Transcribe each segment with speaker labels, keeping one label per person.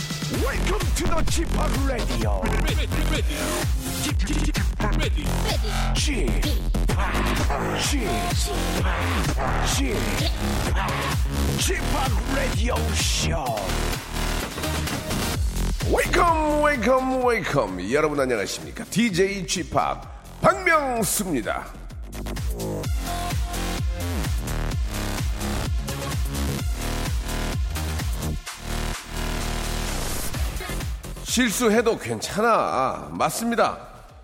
Speaker 1: Welcome to the g p o p Radio.
Speaker 2: ready, ready, ready, ready.
Speaker 1: g p o p G p o p Radio Show.
Speaker 3: 웨이컴 웨이컴 웨이컴 여러분 안녕하십니까 DJ g p o p 박명수입니다 실수해도 괜찮아 맞습니다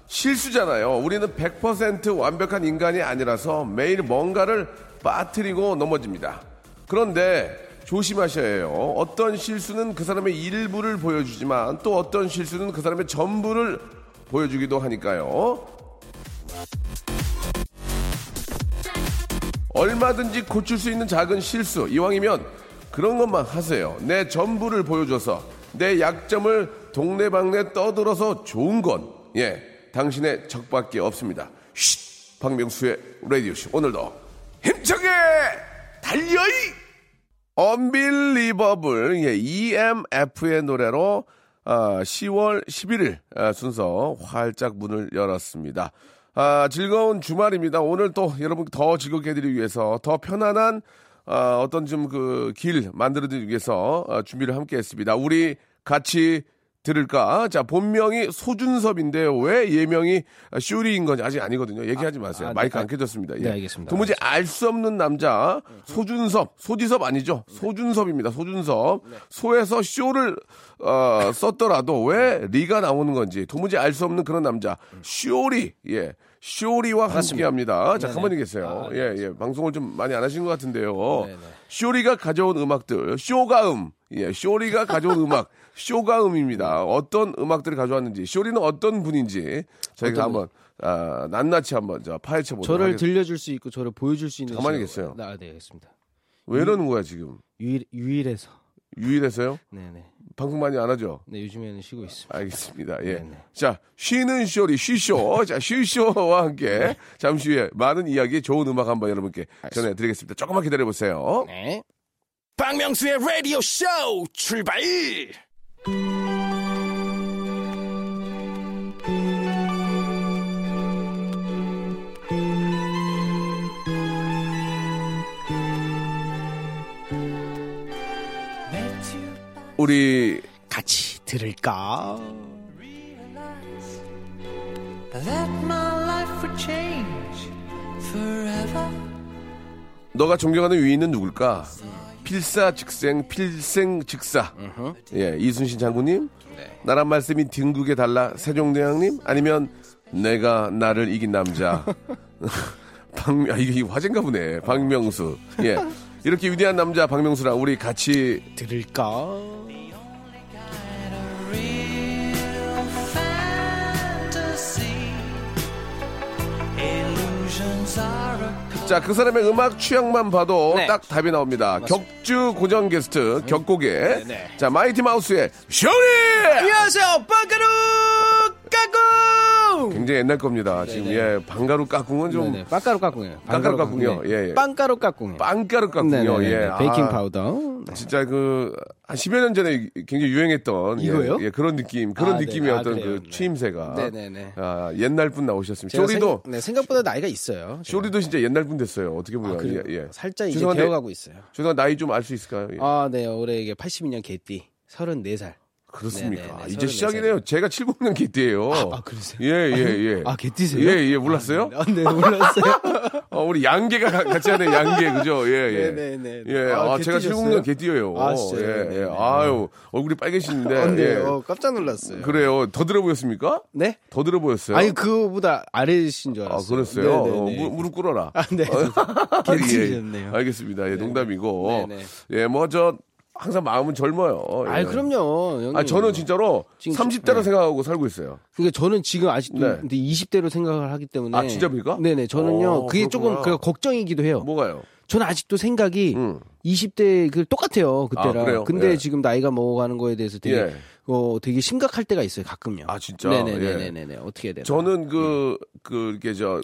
Speaker 3: 실수잖아요 우리는 100% 완벽한 인간이 아니라서 매일 뭔가를 빠뜨리고 넘어집니다 그런데 조심하셔야 해요 어떤 실수는 그 사람의 일부를 보여주지만 또 어떤 실수는 그 사람의 전부를 보여주기도 하니까요 얼마든지 고칠 수 있는 작은 실수 이왕이면 그런 것만 하세요. 내 전부를 보여줘서 내 약점을 동네방네 떠들어서 좋은 건 예, 당신의 적밖에 없습니다. 쉿! 박명수의 라디오쇼 오늘도 힘차게 달려이! 언빌리버블 예, EMF의 노래로 아, 10월 11일 아, 순서 활짝 문을 열었습니다. 아, 즐거운 주말입니다. 오늘 또 여러분 더 즐겁게 해드리기 위해서 더 편안한 아, 어떤 좀 그 길 만들어드리기 위해서 아, 준비를 함께 했습니다. 우리 같이 들을까? 자, 본명이 소준섭인데 왜 예명이 쇼리인 건지 아직 아니거든요. 얘기하지 마세요.
Speaker 4: 아, 네.
Speaker 3: 마이크 안 켜졌습니다. 예.
Speaker 4: 네, 알겠습니다. 네.
Speaker 3: 도무지 알 수 없는 남자 소준섭 소지섭 아니죠 소준섭입니다 소준섭
Speaker 4: 네.
Speaker 3: 소에서 쇼를 어, 썼더라도 왜 리가 나오는 건지 도무지 알 수 없는 그런 남자
Speaker 4: 음.
Speaker 3: 쇼리 예 쇼리와 함께합니다 자
Speaker 4: 네네.
Speaker 3: 가만히 계세요
Speaker 4: 아, 네,
Speaker 3: 예예 방송을 좀 많이 안 하신 것 같은데요
Speaker 4: 네네.
Speaker 3: 쇼리가 가져온 음악들 쇼가음 예 쇼리가 가져온 음악 쇼가음입니다 어떤 음악들을 가져왔는지 쇼리는 어떤 분인지 저희가 한번 아, 낱낱이 한번 저 파헤쳐 보도록
Speaker 4: 저를
Speaker 3: 하겠습니다.
Speaker 4: 들려줄 수 있고 저를 보여줄 수 있는
Speaker 3: 가만히
Speaker 4: 시간.
Speaker 3: 계세요.
Speaker 4: 아, 네, 알겠습니다.
Speaker 3: 왜 이러는 거야 지금?
Speaker 4: 유일 유일해서.
Speaker 3: 유일해서요?
Speaker 4: 네, 네.
Speaker 3: 방송 많이 안 하죠?
Speaker 4: 네, 요즘에는 쉬고
Speaker 3: 아.
Speaker 4: 있습니다.
Speaker 3: 알겠습니다. 예.
Speaker 4: 네네.
Speaker 3: 자, 쉬는 쇼리, 쉬쇼. 자, 쉬쇼와 함께
Speaker 4: 네.
Speaker 3: 잠시 후에 많은 이야기, 좋은 음악 한번 여러분께 전해드리겠습니다. 조금만 기다려보세요.
Speaker 4: 네.
Speaker 1: 박명수의 라디오 쇼 출발.
Speaker 3: 우리
Speaker 4: 같이 들을까?
Speaker 5: realize that my life would change forever.
Speaker 3: 너가 존경하는 위인은 누굴까? 필사즉생, 필생즉사. 예, 이순신 장군님, 나란 말씀이 등국에 달라 세종대왕님, 아니면 내가 나를 이긴 남자. 박, 아, 이게 화제인가 보네. 박명수. 예, 이렇게 위대한 남자 박명수랑 우리 같이
Speaker 4: 들을까?
Speaker 5: Real fantasy. Illusions are a
Speaker 3: 자, 그 사람의 음악 취향만 봐도
Speaker 4: 네. 음.
Speaker 3: 딱 답이 나옵니다. 격주 고정 게스트, 격곡에.
Speaker 4: 네,
Speaker 3: 자, 마이티 마우스의 쇼리!
Speaker 4: 예! 안녕하세요, 빵가루 까꿍.
Speaker 3: 굉장히 옛날 겁니다. 지금, 예, 방가루 까꿍은 좀.
Speaker 4: 네, 그 빵가루 까꿍이에요.
Speaker 3: 빵가루 까꿍이요.
Speaker 4: 네.
Speaker 3: 예, 예.
Speaker 4: 빵가루 까꿍.
Speaker 3: 빵가루
Speaker 4: 네,
Speaker 3: 깎군요.
Speaker 4: 네, 네,
Speaker 3: 예.
Speaker 4: 네. 베이킹
Speaker 3: 아,
Speaker 4: 파우더. 네.
Speaker 3: 진짜 그, 한 10여 년 전에 굉장히 유행했던. 예,
Speaker 4: 이거요?
Speaker 3: 예, 그런 느낌, 그런
Speaker 4: 아, 네.
Speaker 3: 느낌의
Speaker 4: 아,
Speaker 3: 어떤
Speaker 4: 그래요.
Speaker 3: 그
Speaker 4: 네.
Speaker 3: 추임새가.
Speaker 4: 네, 네, 네.
Speaker 3: 아, 옛날 분 나오셨습니다.
Speaker 4: 제가
Speaker 3: 쇼리도,
Speaker 4: 생, 네, 생각보다 나이가 있어요. 제가.
Speaker 3: 쇼리도 진짜 옛날 분 됐어요. 어떻게 보면.
Speaker 4: 아, 그래요?
Speaker 3: 예, 예.
Speaker 4: 살짝 이제
Speaker 3: 죄송한데,
Speaker 4: 되어가고 있어요.
Speaker 3: 죄송한데, 나이 좀 알 수 있을까요? 예.
Speaker 4: 아, 네, 올해 이게 82년 개띠, 34살.
Speaker 3: 그렇습니까?
Speaker 4: 네네네,
Speaker 3: 아, 이제
Speaker 4: 34
Speaker 3: 시작이네요. 제가 70년 개띠예요.
Speaker 4: 아, 그러세요?
Speaker 3: 예, 예, 예.
Speaker 4: 아, 개띠세요?
Speaker 3: 예, 예, 몰랐어요?
Speaker 4: 아, 네, 몰랐어요.
Speaker 3: 어, 우리 양계가 가- 같이 하는 양계, 그죠? 예, 예.
Speaker 4: 네네네.
Speaker 3: 예, 아,
Speaker 4: 개
Speaker 3: 제가
Speaker 4: 띠셨어요?
Speaker 3: 70년 개띠예요.
Speaker 4: 아, 진짜요?
Speaker 3: 예, 예.
Speaker 4: 네네네.
Speaker 3: 아유, 얼굴이 빨개지는데.
Speaker 4: 아, 네.
Speaker 3: 예.
Speaker 4: 어, 깜짝 놀랐어요.
Speaker 3: 그래요. 더 들어 보였습니까?
Speaker 4: 네?
Speaker 3: 더 들어 보였어요?
Speaker 4: 아니, 그거보다 아래신 줄
Speaker 3: 아,
Speaker 4: 알았어요.
Speaker 3: 그랬어요? 어,
Speaker 4: 네네네.
Speaker 3: 무, 무릎 꿇어라.
Speaker 4: 아,
Speaker 3: 예,
Speaker 4: 네. 개띠셨네요.
Speaker 3: 예. 알겠습니다. 예, 농담이고.
Speaker 4: 네네.
Speaker 3: 예, 뭐, 저, 항상 마음은 젊어요. 예.
Speaker 4: 아니, 그럼요. 형님.
Speaker 3: 아, 저는 진짜로
Speaker 4: 지금
Speaker 3: 30대로
Speaker 4: 네.
Speaker 3: 생각하고 살고 있어요.
Speaker 4: 그러니까 저는 지금 아직도
Speaker 3: 네.
Speaker 4: 근데 20대로 생각을 하기 때문에.
Speaker 3: 아, 진짜입니까?
Speaker 4: 네네. 저는요.
Speaker 3: 어,
Speaker 4: 그게
Speaker 3: 그렇구나.
Speaker 4: 조금 그 걱정이기도 해요.
Speaker 3: 뭐가요? 음.
Speaker 4: 저는 아직도 생각이 20대 그 똑같아요. 그때랑.
Speaker 3: 아, 그래요?
Speaker 4: 근데
Speaker 3: 예.
Speaker 4: 지금 나이가 먹어가는 거에 대해서 되게
Speaker 3: 예.
Speaker 4: 어, 되게 심각할 때가 있어요, 가끔요.
Speaker 3: 아, 진짜?
Speaker 4: 네네네네네. 어떻게 해야 되나?
Speaker 3: 예. 저는 그, 그, 이렇게 저,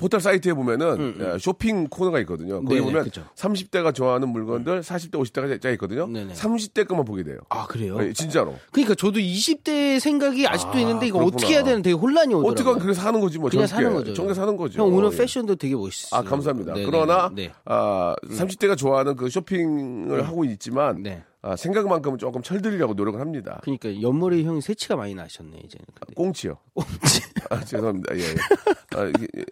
Speaker 3: 포털 사이트에 보면은 예, 쇼핑 코너가 있거든요. 거기
Speaker 4: 음, 네네,
Speaker 3: 보면
Speaker 4: 그쵸.
Speaker 3: 30대가 좋아하는 물건들 40대, 50대가 짜 있거든요.
Speaker 4: 네네.
Speaker 3: 30대 것만 보게 돼요.
Speaker 4: 아, 그래요?
Speaker 3: 예, 진짜로.
Speaker 4: 그러니까 저도 20대 생각이 아직도
Speaker 3: 아,
Speaker 4: 있는데 이거
Speaker 3: 그렇구나.
Speaker 4: 어떻게 해야 되는 되게 혼란이 오더라고요.
Speaker 3: 어떻게든 그래서 사는 거지 뭐.
Speaker 4: 그냥
Speaker 3: 정게.
Speaker 4: 사는 거죠.
Speaker 3: 정게 사는 거죠.
Speaker 4: 형 오늘
Speaker 3: 예.
Speaker 4: 패션도 되게 멋있어요.
Speaker 3: 아, 감사합니다.
Speaker 4: 네네네.
Speaker 3: 그러나,
Speaker 4: 네. 음.
Speaker 3: 아, 30대가 좋아하는 그 쇼핑을 하고 있지만,
Speaker 4: 네.
Speaker 3: 아, 생각만큼은 조금 철들이려고 노력을 합니다.
Speaker 4: 그러니까 옆머리 형이 새치가 많이 나셨네 이제는. 근데.
Speaker 3: 꽁치요.
Speaker 4: 꽁치.
Speaker 3: 아, 죄송합니다. 예, 예. 아, 이게- 예.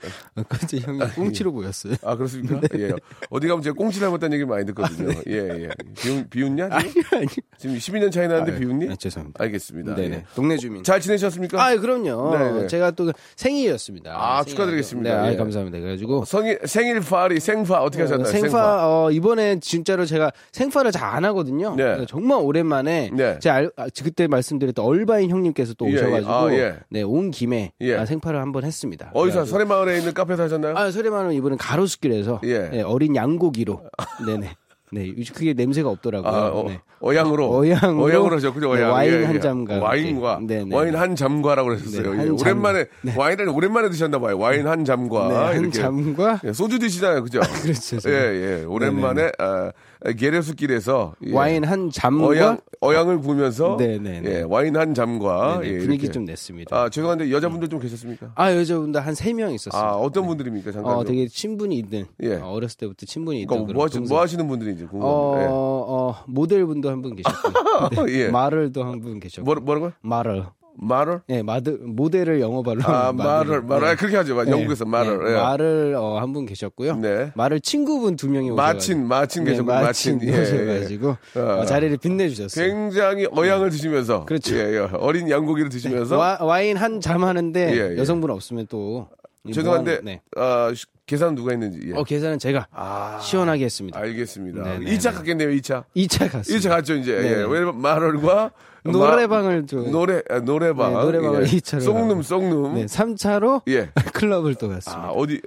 Speaker 4: 꽁치 형이 꽁치로 보였어요.
Speaker 3: 아, 그렇습니까?
Speaker 4: 네.
Speaker 3: 예. 어디 가면 제가 꽁치 닮았다는 얘기를 많이 듣거든요. 예, 예. 비웃, 비웃냐? 지금?
Speaker 4: 아, 아니.
Speaker 3: 지금 12년 차이 나는데 비웃니?
Speaker 4: 아, 죄송합니다.
Speaker 3: 알겠습니다.
Speaker 4: 네네.
Speaker 3: 예.
Speaker 4: 동네 주민.
Speaker 3: 잘 지내셨습니까?
Speaker 4: 아, 그럼요.
Speaker 3: 네네.
Speaker 4: 제가 또 생일이었습니다.
Speaker 3: 아,
Speaker 4: 생일.
Speaker 3: 축하드리겠습니다.
Speaker 4: 네, 아,
Speaker 3: 예.
Speaker 4: 감사합니다. 그래가지고
Speaker 3: 성일, 생일 파리, 네, 생파 어떻게 하셨나요?
Speaker 4: 네, 생파, 어, 이번에 진짜로 제가 생파를 잘 안 하거든요.
Speaker 3: 네.
Speaker 4: 그러니까 정말 오랜만에
Speaker 3: 네.
Speaker 4: 제가 알- 아, 그때 말씀드렸던 얼바인 형님께서 또
Speaker 3: 예, 예.
Speaker 4: 오셔가지고
Speaker 3: 아, 예.
Speaker 4: 네, 온 김에
Speaker 3: 예.
Speaker 4: 아, 생파를 한번 했습니다.
Speaker 3: 어디서
Speaker 4: 그래가지고-
Speaker 3: 서래마을에 있는 카페에서 하셨나요?
Speaker 4: 네. 아, 소리만은 이번엔 가로수길에서
Speaker 3: 예.
Speaker 4: 네, 어린 양고기로 네네 네 그게 냄새가 없더라고요.
Speaker 3: 아, 어,
Speaker 4: 네.
Speaker 3: 양으로
Speaker 4: 어양으로.
Speaker 3: 하셨군요.
Speaker 4: 네,
Speaker 3: 어양.
Speaker 4: 와인
Speaker 3: 예, 예.
Speaker 4: 한 잔과
Speaker 3: 와인과.
Speaker 4: 함께. 네, 네,
Speaker 3: 와인
Speaker 4: 네.
Speaker 3: 한 잠과라고 그러셨어요.
Speaker 4: 네,
Speaker 3: 예,
Speaker 4: 한
Speaker 3: 오랜만에,
Speaker 4: 잠- 네.
Speaker 3: 와인을 오랜만에 드셨나봐요. 와인 한 잠과.
Speaker 4: 네, 한
Speaker 3: 아, 이렇게.
Speaker 4: 잠과
Speaker 3: 예, 소주 드시잖아요. 그죠?
Speaker 4: 그렇죠,
Speaker 3: 예,
Speaker 4: 저는. 네,
Speaker 3: 예. 오랜만에, 아, 게레수길에서. 예.
Speaker 4: 와인 한 잠과
Speaker 3: 어양, 어양을 구우면서.
Speaker 4: 음, 뭐? 네, 네, 네.
Speaker 3: 예, 와인 한 잠과.
Speaker 4: 네네,
Speaker 3: 예,
Speaker 4: 분위기
Speaker 3: 이렇게.
Speaker 4: 좀 냈습니다. 아,
Speaker 3: 아, 죄송한데 여자분들 좀 계셨습니까?
Speaker 4: 여자분들 한 세 명 있었어요.
Speaker 3: 아, 어떤 분들입니까? 잠깐.
Speaker 4: 어
Speaker 3: 좀.
Speaker 4: 되게 친분이 있는
Speaker 3: 예.
Speaker 4: 어, 어렸을 때부터 친분이
Speaker 3: 그러니까
Speaker 4: 있던 그런
Speaker 3: 뭐, 하시,
Speaker 4: 동생.
Speaker 3: 뭐 하시는 분들인지
Speaker 4: 어,
Speaker 3: 궁금합니다.
Speaker 4: 어 모델분도 한 분 계셨고
Speaker 3: 예. 예.
Speaker 4: 마를도 한 분 계셨고
Speaker 3: 뭐, 뭐라고요?
Speaker 4: 마를
Speaker 3: 말을?
Speaker 4: 네 마드 모델을 영어 발로
Speaker 3: 아,
Speaker 4: 하는
Speaker 3: 말을, 말을. 아,
Speaker 4: 음, 네.
Speaker 3: 그렇게 하죠. 영국에서
Speaker 4: 네,
Speaker 3: 말을.
Speaker 4: 네,
Speaker 3: 예.
Speaker 4: 말을 어, 한 분 계셨고요.
Speaker 3: 네.
Speaker 4: 말을 친구분 두 명이 오셔가지고 네,
Speaker 3: 마친, 마친 계셨고, 마친. 예, 예.
Speaker 4: 오셔가지고
Speaker 3: 어.
Speaker 4: 어, 자리를 빛내주셨어요.
Speaker 3: 굉장히 어양을 드시면서.
Speaker 4: 그렇죠. 네.
Speaker 3: 예, 예. 어린 양고기를 드시면서.
Speaker 4: 와, 인 한 잠 하는데
Speaker 3: 예, 예.
Speaker 4: 여성분 없으면 또이
Speaker 3: 죄송한데,
Speaker 4: 뭐하는- 네.
Speaker 3: 아, 시- 계산 누가 했는지. 예. 아.
Speaker 4: 어 계산은 제가 시원하게 했습니다.
Speaker 3: 알겠습니다.
Speaker 4: 네, 네,
Speaker 3: 2차
Speaker 4: 네.
Speaker 3: 갔겠네요, 2차.
Speaker 4: 이 차 갔어요.
Speaker 3: 1차 갔죠, 이제.
Speaker 4: 네,
Speaker 3: 예.
Speaker 4: 네.
Speaker 3: 왜냐면 마를과. 마-
Speaker 4: 노래방을 좀-
Speaker 3: 노래, 아, 노래방.
Speaker 4: 네, 노래방을 이 차로
Speaker 3: 송룸,
Speaker 4: 가고.
Speaker 3: 송룸.
Speaker 4: 네, 3차로
Speaker 3: 예.
Speaker 4: 클럽을 또
Speaker 3: 아,
Speaker 4: 갔습니다.
Speaker 3: 어디, 에,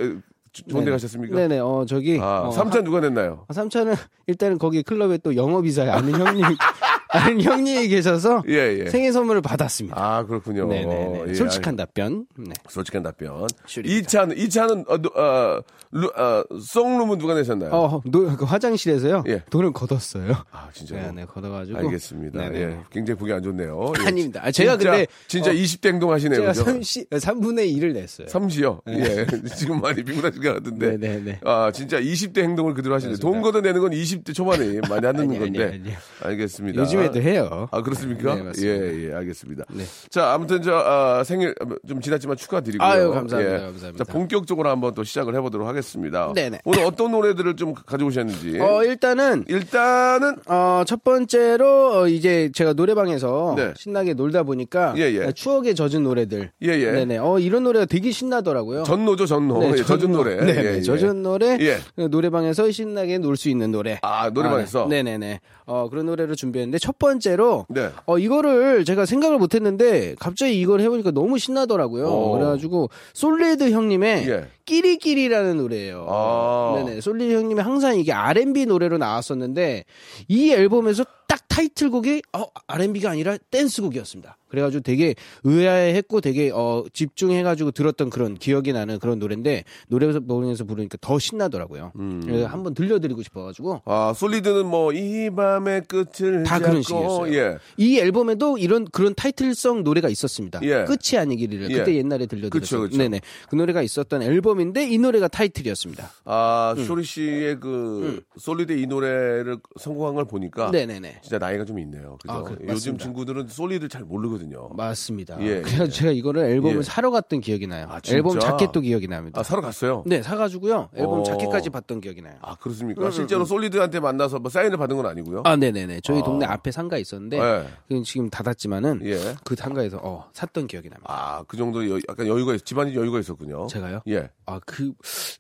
Speaker 3: 주- 좋은 데
Speaker 4: 네네.
Speaker 3: 가셨습니까?
Speaker 4: 네네, 어, 저기.
Speaker 3: 아,
Speaker 4: 어,
Speaker 3: 삼차 누가 냈나요?
Speaker 4: 아, 삼촌은 일단은 거기 클럽에 또 영업이사에 아는 형님, 아는 형님이 계셔서
Speaker 3: 예, 예.
Speaker 4: 생일 선물을 받았습니다.
Speaker 3: 아, 그렇군요.
Speaker 4: 네네네.
Speaker 3: 예,
Speaker 4: 솔직한 답변. 네.
Speaker 3: 알- 솔직한 답변.
Speaker 4: 슈리입니다.
Speaker 3: 2차는, 2차는, 어, 노- 어, 루, 어, 송룸은 누가 내셨나요?
Speaker 4: 어, 노, 그 화장실에서요.
Speaker 3: 예.
Speaker 4: 돈을 걷었어요.
Speaker 3: 아, 진짜요?
Speaker 4: 네, 네, 걷어가지고.
Speaker 3: 알겠습니다.
Speaker 4: 네네네.
Speaker 3: 예, 굉장히 보기 안 좋네요. 예.
Speaker 4: 아닙니다. 아, 제가
Speaker 3: 진짜,
Speaker 4: 근데,
Speaker 3: 진짜
Speaker 4: 어,
Speaker 3: 20대 행동하시네요.
Speaker 4: 제가
Speaker 3: 그죠?
Speaker 4: 30, 3분의 1을 냈어요.
Speaker 3: 30이요? 예. 지금 많이 피곤하신 것 같은데.
Speaker 4: 네. 네네네.
Speaker 3: 아, 진짜 20대 행동을 그대로 하시는데. 돈 걷어내는 건 20대 초반에 많이 하는
Speaker 4: 아니, 아니,
Speaker 3: 건데.
Speaker 4: 아니요.
Speaker 3: 알겠습니다.
Speaker 4: 요즘에도 해요.
Speaker 3: 아, 그렇습니까?
Speaker 4: 네, 맞습니다. 네.
Speaker 3: 예, 예, 알겠습니다. 자, 아무튼 저 아, 생일 좀 지났지만 축하드리고요. 예.
Speaker 4: 아유, 감사합니다. 감사합니다.
Speaker 3: 자, 본격적으로 한번 또 시작을 해 보도록 하겠습니다.
Speaker 4: 네네.
Speaker 3: 오늘 어떤 노래들을 좀 가져오셨는지.
Speaker 4: 어, 일단은,
Speaker 3: 일단은
Speaker 4: 어, 첫 번째로, 어, 이제 제가 노래방에서
Speaker 3: 네.
Speaker 4: 신나게 놀다 보니까,
Speaker 3: 예, 예.
Speaker 4: 추억에 젖은 노래들.
Speaker 3: 예, 예.
Speaker 4: 네네. 어, 이런 노래가 되게 신나더라고요.
Speaker 3: 전노죠, 전노.
Speaker 4: 네,
Speaker 3: 예, 젖은
Speaker 4: 전노.
Speaker 3: 노래.
Speaker 4: 네,
Speaker 3: 예,
Speaker 4: 네,
Speaker 3: 예.
Speaker 4: 젖은 노래. 그
Speaker 3: 예.
Speaker 4: 노래방에서 신나게 놀 수 있는 노래.
Speaker 3: 아, 노래방에서?
Speaker 4: 네, 네, 네. 어, 그런 노래를 준비했는데 첫 번째로
Speaker 3: 네.
Speaker 4: 어, 이거를 제가 생각을 못 했는데 갑자기 이걸 해 보니까 너무 신나더라고요.
Speaker 3: 오.
Speaker 4: 그래 가지고 솔레드 형님의
Speaker 3: 어. 예.
Speaker 4: 끼리끼리라는 노래예요.
Speaker 3: 아.
Speaker 4: 네, 네. 솔레드 형님이 항상 이게 R&B 노래로 나왔었는데 이 앨범에서 딱 타이틀곡이 어, R&B가 아니라 댄스곡이었습니다. 그래가지고 되게 의아해했고 되게 어, 집중해가지고 들었던 그런 기억이 나는 그런 노래인데 노래에서 보면서 부르니까 더 신나더라고요.
Speaker 3: 음.
Speaker 4: 그래서 한번 들려드리고 싶어가지고
Speaker 3: 아, 솔리드는 뭐 이 밤의 끝을
Speaker 4: 다 그런
Speaker 3: 잡고,
Speaker 4: 식이었어요.
Speaker 3: 예.
Speaker 4: 이 앨범에도 이런 그런 타이틀성 노래가 있었습니다.
Speaker 3: 예.
Speaker 4: 끝이 아니기를
Speaker 3: 예.
Speaker 4: 그때 옛날에 들려드렸죠.
Speaker 3: 그쵸, 그쵸.
Speaker 4: 네네 그 노래가 있었던 앨범인데 이 노래가 타이틀이었습니다.
Speaker 3: 아,
Speaker 4: 음.
Speaker 3: 쇼리 씨의 그 솔리드 이 노래를 성공한 걸 보니까
Speaker 4: 네네네
Speaker 3: 진짜 나이가 좀 있네요. 그죠?
Speaker 4: 아, 그-
Speaker 3: 요즘
Speaker 4: 맞습니다.
Speaker 3: 친구들은 솔리드를 잘 모르거든요.
Speaker 4: 맞습니다.
Speaker 3: 예,
Speaker 4: 그래서
Speaker 3: 예.
Speaker 4: 제가 이거를 앨범을
Speaker 3: 예.
Speaker 4: 사러 갔던 기억이 나요.
Speaker 3: 아, 진짜?
Speaker 4: 앨범 자켓도 기억이 납니다.
Speaker 3: 아, 사러 갔어요.
Speaker 4: 네, 사가지고요. 앨범
Speaker 3: 어.
Speaker 4: 자켓까지 봤던 기억이 나요.
Speaker 3: 아, 그렇습니까? 실제로 솔리드한테 만나서 뭐 사인을 받은 건 아니고요.
Speaker 4: 음, 아, 네네네. 저희
Speaker 3: 아.
Speaker 4: 동네 앞에 상가 있었는데,
Speaker 3: 예.
Speaker 4: 그건 지금 닫았지만은,
Speaker 3: 예.
Speaker 4: 그 상가에서, 어, 샀던 기억이 납니다.
Speaker 3: 아, 그 정도 여, 약간 여유가 있, 집안이 여유가 있었군요.
Speaker 4: 제가요?
Speaker 3: 예.
Speaker 4: 아, 그,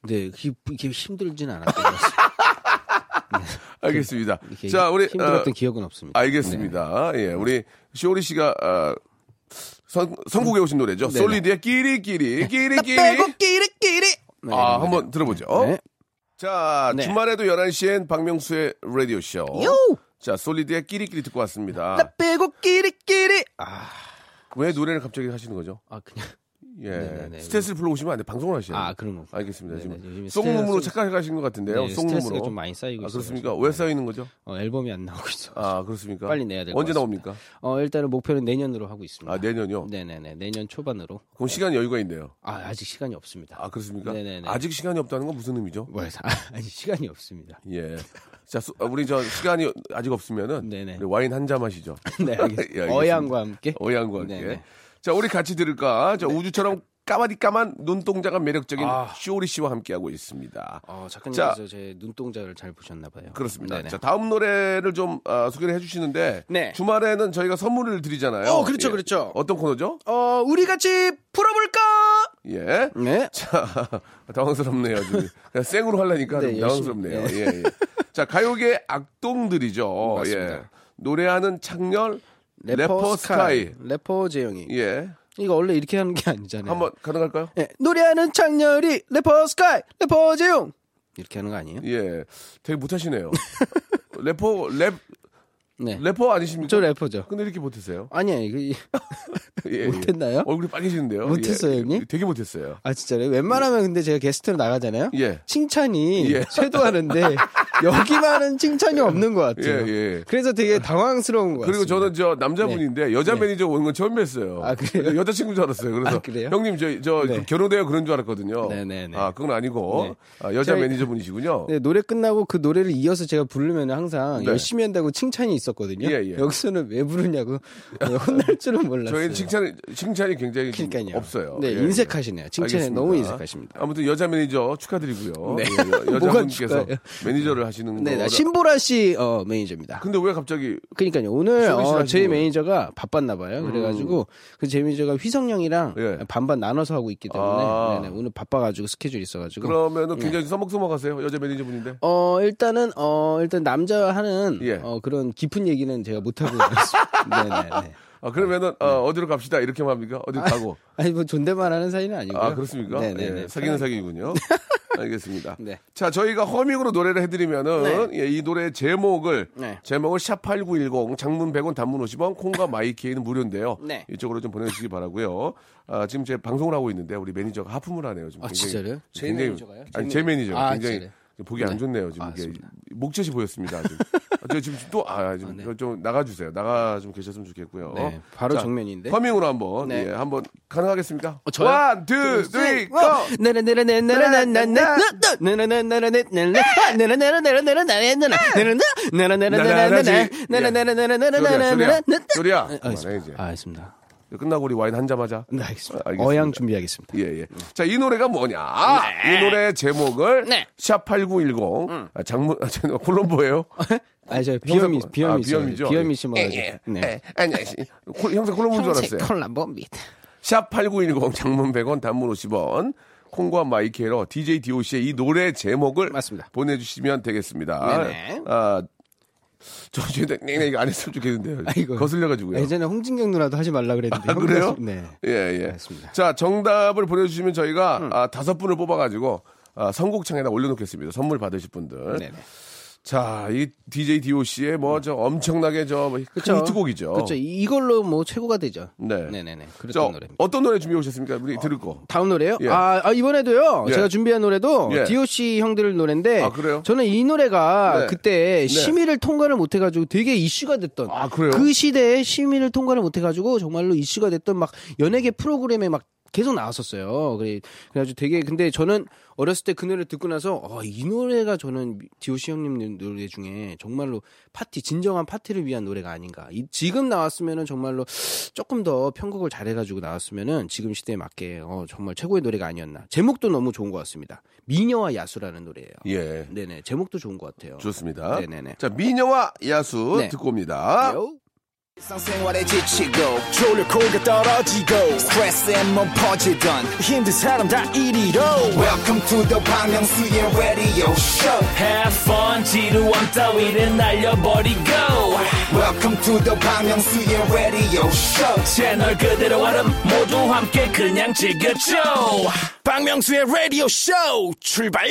Speaker 4: 네, 그, 이게 힘들진 않았던 것 같습니다.
Speaker 3: 알겠습니다.
Speaker 4: 이렇게
Speaker 3: 자, 우리
Speaker 4: 힘들었던
Speaker 3: 어,
Speaker 4: 기억은 없습니다.
Speaker 3: 알겠습니다.
Speaker 4: 네.
Speaker 3: 예. 우리 쇼리 씨가 아, 선, 선곡에 오신 노래죠.
Speaker 4: 네네. 네.
Speaker 3: 솔리드의 끼리끼리 끼리끼리.
Speaker 4: 빼고 끼리끼리! 네,
Speaker 3: 아,
Speaker 4: 이런
Speaker 3: 한번 들어보죠.
Speaker 4: 노래. 네.
Speaker 3: 자,
Speaker 4: 네.
Speaker 3: 주말에도 11시엔 박명수의 라디오쇼.
Speaker 4: 요!
Speaker 3: 자, 솔리드의 끼리끼리 듣고 왔습니다.
Speaker 4: 나 빼고 끼리끼리.
Speaker 3: 왜 노래를 갑자기 하시는 거죠?
Speaker 4: 아 그냥
Speaker 3: 예.
Speaker 4: 네네네.
Speaker 3: 스트레스를 불러오시면 안 돼. 방송을 하셔야 돼요.
Speaker 4: 아 그런 거.
Speaker 3: 알겠습니다.
Speaker 4: 네네,
Speaker 3: 지금
Speaker 4: 요즘에
Speaker 3: 송룸으로
Speaker 4: 스트레스-
Speaker 3: 착각하신 것 같은데요.
Speaker 4: 네,
Speaker 3: 송룸으로.
Speaker 4: 스트레스가 좀 많이 쌓이고
Speaker 3: 아,
Speaker 4: 있어요.
Speaker 3: 그렇습니까? 왜 쌓이는 거죠?
Speaker 4: 어, 앨범이 안 나오고 있어.
Speaker 3: 아, 그렇습니까?
Speaker 4: 빨리 내야 될것
Speaker 3: 언제
Speaker 4: 같습니다.
Speaker 3: 나옵니까?
Speaker 4: 어 일단은 목표는 내년으로 하고 있습니다.
Speaker 3: 아, 내년요?
Speaker 4: 네네네 내년 초반으로.
Speaker 3: 그럼 시간 여유가 있네요.
Speaker 4: 아 아직 시간이 없습니다.
Speaker 3: 아, 그렇습니까?
Speaker 4: 네네네.
Speaker 3: 아직 시간이 없다는 건 무슨 의미죠?
Speaker 4: 뭐야? 아, 아니 시간이 없습니다.
Speaker 3: 예. 자, 수- 아, 우리 저 시간이 아직 없으면은
Speaker 4: 네네.
Speaker 3: 우리 와인 한 잔 마시죠.
Speaker 4: 네 알겠습니다.
Speaker 3: 예, 알겠습니다.
Speaker 4: 어양과 함께.
Speaker 3: 어양과 함께.
Speaker 4: 네네.
Speaker 3: 자, 우리 같이 들을까? 저 우주처럼 까마디까만 눈동자가 매력적인
Speaker 4: 아.
Speaker 3: 쇼리 씨와 함께하고 있습니다.
Speaker 4: 어
Speaker 3: 자.
Speaker 4: 작가님께서 제 눈동자를 잘 보셨나 봐요.
Speaker 3: 그렇습니다.
Speaker 4: 네네.
Speaker 3: 자, 다음 노래를 좀 아, 소개를 해주시는데
Speaker 4: 네.
Speaker 3: 주말에는 저희가 선물을 드리잖아요. 예.
Speaker 4: 어, 그렇죠, 그렇죠.
Speaker 3: 어떤 코너죠?
Speaker 4: 어 우리 같이 풀어볼까?
Speaker 3: 예.
Speaker 4: 네.
Speaker 3: 자, 당황스럽네요. 지금. 그냥 생으로 하려니까
Speaker 4: 네,
Speaker 3: 좀
Speaker 4: 열심히.
Speaker 3: 당황스럽네요. 예. 예. 자, 가요계 악동들이죠.
Speaker 4: 맞습니다.
Speaker 3: 예. 노래하는 창렬 래퍼, 스카이.
Speaker 4: 래퍼 재영이.
Speaker 3: 예.
Speaker 4: 이거 원래 이렇게 하는 게 아니잖아요.
Speaker 3: 한번 가능할까요?
Speaker 4: 예, 노래하는 창렬이 래퍼 스카이 래퍼 재용 이렇게 하는 거 아니에요?
Speaker 3: 예. 되게 못하시네요. 래퍼, 랩,
Speaker 4: 네.
Speaker 3: 래퍼 아니십니까?
Speaker 4: 저 래퍼죠.
Speaker 3: 근데 이렇게 못했어요?
Speaker 4: 아니야 이거
Speaker 3: 예, 예.
Speaker 4: 못했나요?
Speaker 3: 얼굴이 빨개지는데요? 예.
Speaker 4: 못했어요, 형님?
Speaker 3: 되게 못했어요.
Speaker 4: 아 진짜요? 웬만하면 근데 제가 게스트로 나가잖아요.
Speaker 3: 예.
Speaker 4: 칭찬이
Speaker 3: 예.
Speaker 4: 쇄도하는데 여기만은 칭찬이 없는 것 같아요.
Speaker 3: 예, 예.
Speaker 4: 그래서 되게 당황스러운 것
Speaker 3: 그리고
Speaker 4: 같습니다.
Speaker 3: 저는 저 남자분인데 여자
Speaker 4: 네.
Speaker 3: 매니저 오는 건 처음 뵀어요.
Speaker 4: 아, 그래요?
Speaker 3: 그래서 여자친구인 줄 알았어요. 그래서
Speaker 4: 아, 그래요?
Speaker 3: 형님 저, 저
Speaker 4: 네.
Speaker 3: 결혼해요 그런 줄 알았거든요.
Speaker 4: 네네네.
Speaker 3: 아 그건 아니고
Speaker 4: 네.
Speaker 3: 아, 여자
Speaker 4: 저희-
Speaker 3: 매니저분이시군요.
Speaker 4: 네, 노래 끝나고 그 노래를 이어서 제가 부르면 항상
Speaker 3: 네.
Speaker 4: 열심히 한다고 칭찬이 있었거든요.
Speaker 3: 예, 예.
Speaker 4: 여기서는 왜 부르냐고 혼날 줄은 몰랐어요.
Speaker 3: 저희는 칭찬이 칭찬이 굉장히 좀
Speaker 4: 그러니까요.
Speaker 3: 없어요.
Speaker 4: 네,
Speaker 3: 예, 예.
Speaker 4: 인색하시네요. 칭찬에
Speaker 3: 알겠습니다.
Speaker 4: 너무 인색하십니다.
Speaker 3: 아무튼 여자 매니저 축하드리고요. 네.
Speaker 4: 뭐가
Speaker 3: 여자분께서
Speaker 4: 축하예요?
Speaker 3: 매니저를 하시는
Speaker 4: 네,
Speaker 3: 거.
Speaker 4: 나 음. 신보라 씨 어, 매니저입니다.
Speaker 3: 근데 왜 갑자기
Speaker 4: 그러니까요.
Speaker 3: 소리
Speaker 4: 오늘
Speaker 3: 씨
Speaker 4: 어,
Speaker 3: 하시는
Speaker 4: 제
Speaker 3: 거예요?
Speaker 4: 매니저가 바빴나 봐요. 그래가지고 그 제 매니저가 휘성형이랑
Speaker 3: 예.
Speaker 4: 반반 나눠서 하고 있기 때문에
Speaker 3: 아.
Speaker 4: 네네, 오늘 바빠가지고 스케줄 이 있어가지고.
Speaker 3: 그러면은
Speaker 4: 예.
Speaker 3: 굉장히 서먹서먹하세요 여자 매니저분인데.
Speaker 4: 어 일단은 어 일단 남자 하는
Speaker 3: 예.
Speaker 4: 어 그런 깊은 얘기는 제가 못 하고 있습니다. 네네네.
Speaker 3: 아 그러면은 어, 어디로 갑시다 이렇게만 합니까? 어디 가고?
Speaker 4: 아니 뭐 존댓말 하는 사이는 아니고요.
Speaker 3: 아 그렇습니까?
Speaker 4: 네네네.
Speaker 3: 예, 사귀는 사귀군요. 알겠습니다.
Speaker 4: 네.
Speaker 3: 자 저희가 허밍으로 노래를 해드리면은 예, 이 노래 제목을
Speaker 4: 네.
Speaker 3: 제목을 샵 #8910 장문 100원, 단문 50원, 콩과 마이키는 무료인데요.
Speaker 4: 네.
Speaker 3: 이쪽으로 좀 보내주시기 바라고요. 아, 지금 제 방송을 하고 있는데 우리 매니저가 하품을 하네요. 지금
Speaker 4: 아, 진짜로요? 제 매니저가요?
Speaker 3: 아니 제 매니저 가
Speaker 4: 아,
Speaker 3: 굉장히
Speaker 4: 진짜로요?
Speaker 3: 보기 안 좋네요. 지금
Speaker 4: 아,
Speaker 3: 이게
Speaker 4: 맞습니다.
Speaker 3: 목젖이 보였습니다. 아직. 아, 저 지금 또아좀 좀 나가주세요. 나가 좀 계셨으면 좋겠고요.
Speaker 4: 네, 바로 정면인데.
Speaker 3: 허밍으로 한번
Speaker 4: 네. 어,
Speaker 3: 예, 한번 가능하겠습니까?
Speaker 4: 저요?
Speaker 3: One, two, three, go. 조리야, 조리야, 그만해 이제.
Speaker 4: 아, 알겠습니다.
Speaker 3: 끝나고 우리 와인 한 잔 하자.
Speaker 4: 네, 알겠습니다.
Speaker 3: 알겠습니다.
Speaker 4: 어양 준비하겠습니다.
Speaker 3: 예, 예. 자, 이 노래가 뭐냐? 이 노래 제목을
Speaker 4: 네.
Speaker 3: 샵8910 장문 아, 저, 콜롬보예요.
Speaker 4: 아, 저 비염이
Speaker 3: 형사- 아,
Speaker 4: 비염이 있어요.
Speaker 3: 비염이죠?
Speaker 4: 비염이 심어가지고. 네.
Speaker 3: 예, 안녕하세요. 콜- 형사 콜롬보인 줄 알았어요.
Speaker 4: 콜라보입니다.
Speaker 3: 샵8910 장문 100원 단문 50원 콩과 마이케로 DJ DOC의 이 노래 제목을
Speaker 4: 맞습니다.
Speaker 3: 보내주시면 되겠습니다.
Speaker 4: 네네.
Speaker 3: 아, 저 죄다 네 이거 안 했으면 좋겠는데요.
Speaker 4: 아이고.
Speaker 3: 거슬려가지고요.
Speaker 4: 예전에 홍진경 누나도 하지 말라 그랬는데.
Speaker 3: 아, 그래요?
Speaker 4: 네.
Speaker 3: 예, 예.
Speaker 4: 알겠습니다. 음.
Speaker 3: 자, 정답을 보내주시면 저희가 아, 다섯 분을 뽑아가지고 아, 선곡창에다 올려놓겠습니다. 선물 받으실 분들.
Speaker 4: 네네. 음.
Speaker 3: 자, 이 DJ DOC의 뭐 저 엄청나게 저큰 히트곡이죠.
Speaker 4: 그렇죠. 이걸로 뭐 최고가 되죠.
Speaker 3: 네.
Speaker 4: 네네네.
Speaker 3: 저
Speaker 4: 그랬던 노래입니다.
Speaker 3: 어떤 노래 준비해 오셨습니까? 우리 들을 거.
Speaker 4: 다음 노래요?
Speaker 3: 예.
Speaker 4: 아, 아, 이번에도요.
Speaker 3: 예.
Speaker 4: 제가 준비한 노래도
Speaker 3: 예.
Speaker 4: DOC 형들 노래인데
Speaker 3: 아, 그래요?
Speaker 4: 저는 이 노래가
Speaker 3: 네.
Speaker 4: 그때 심의를 통과를 못 해가지고 되게 이슈가 됐던
Speaker 3: 아, 그래요?
Speaker 4: 그 시대에 심의를 통과를 못 해가지고 정말로 이슈가 됐던 막 연예계 프로그램에 막 계속 나왔었어요. 그래 그래가지고 되게 근데 저는 어렸을 때 그 노래 를 듣고 나서 어, 이 노래가 저는 DOC 형님 노래 중에 정말로 파티 진정한 파티를 위한 노래가 아닌가. 이- 지금 나왔으면은 정말로 조금 더 편곡을 잘해가지고 나왔으면은 지금 시대에 맞게 어, 정말 최고의 노래가 아니었나. 제목도 너무 좋은 것 같습니다. 미녀와 야수라는 노래예요.
Speaker 3: 예.
Speaker 4: 네네 제목도 좋은 것 같아요.
Speaker 3: 좋습니다.
Speaker 4: 네네네.
Speaker 3: 자, 미녀와 야수
Speaker 4: 네.
Speaker 3: 듣고 옵니다.
Speaker 6: 일상생활에 지치고, 졸려 코가 떨어지고, 스트레스에 몸 퍼지던, 힘든 사람 다 이리로. welcome to the Bang Myung-soo's radio show
Speaker 7: Have fun 지루함 따위를 날려버리고
Speaker 6: welcome to the Bang Myung-soo's radio show
Speaker 7: 채널 그대로 얼음 모두 함께 그냥 즐겨줘
Speaker 1: 박명수의 라디오 쇼 출발!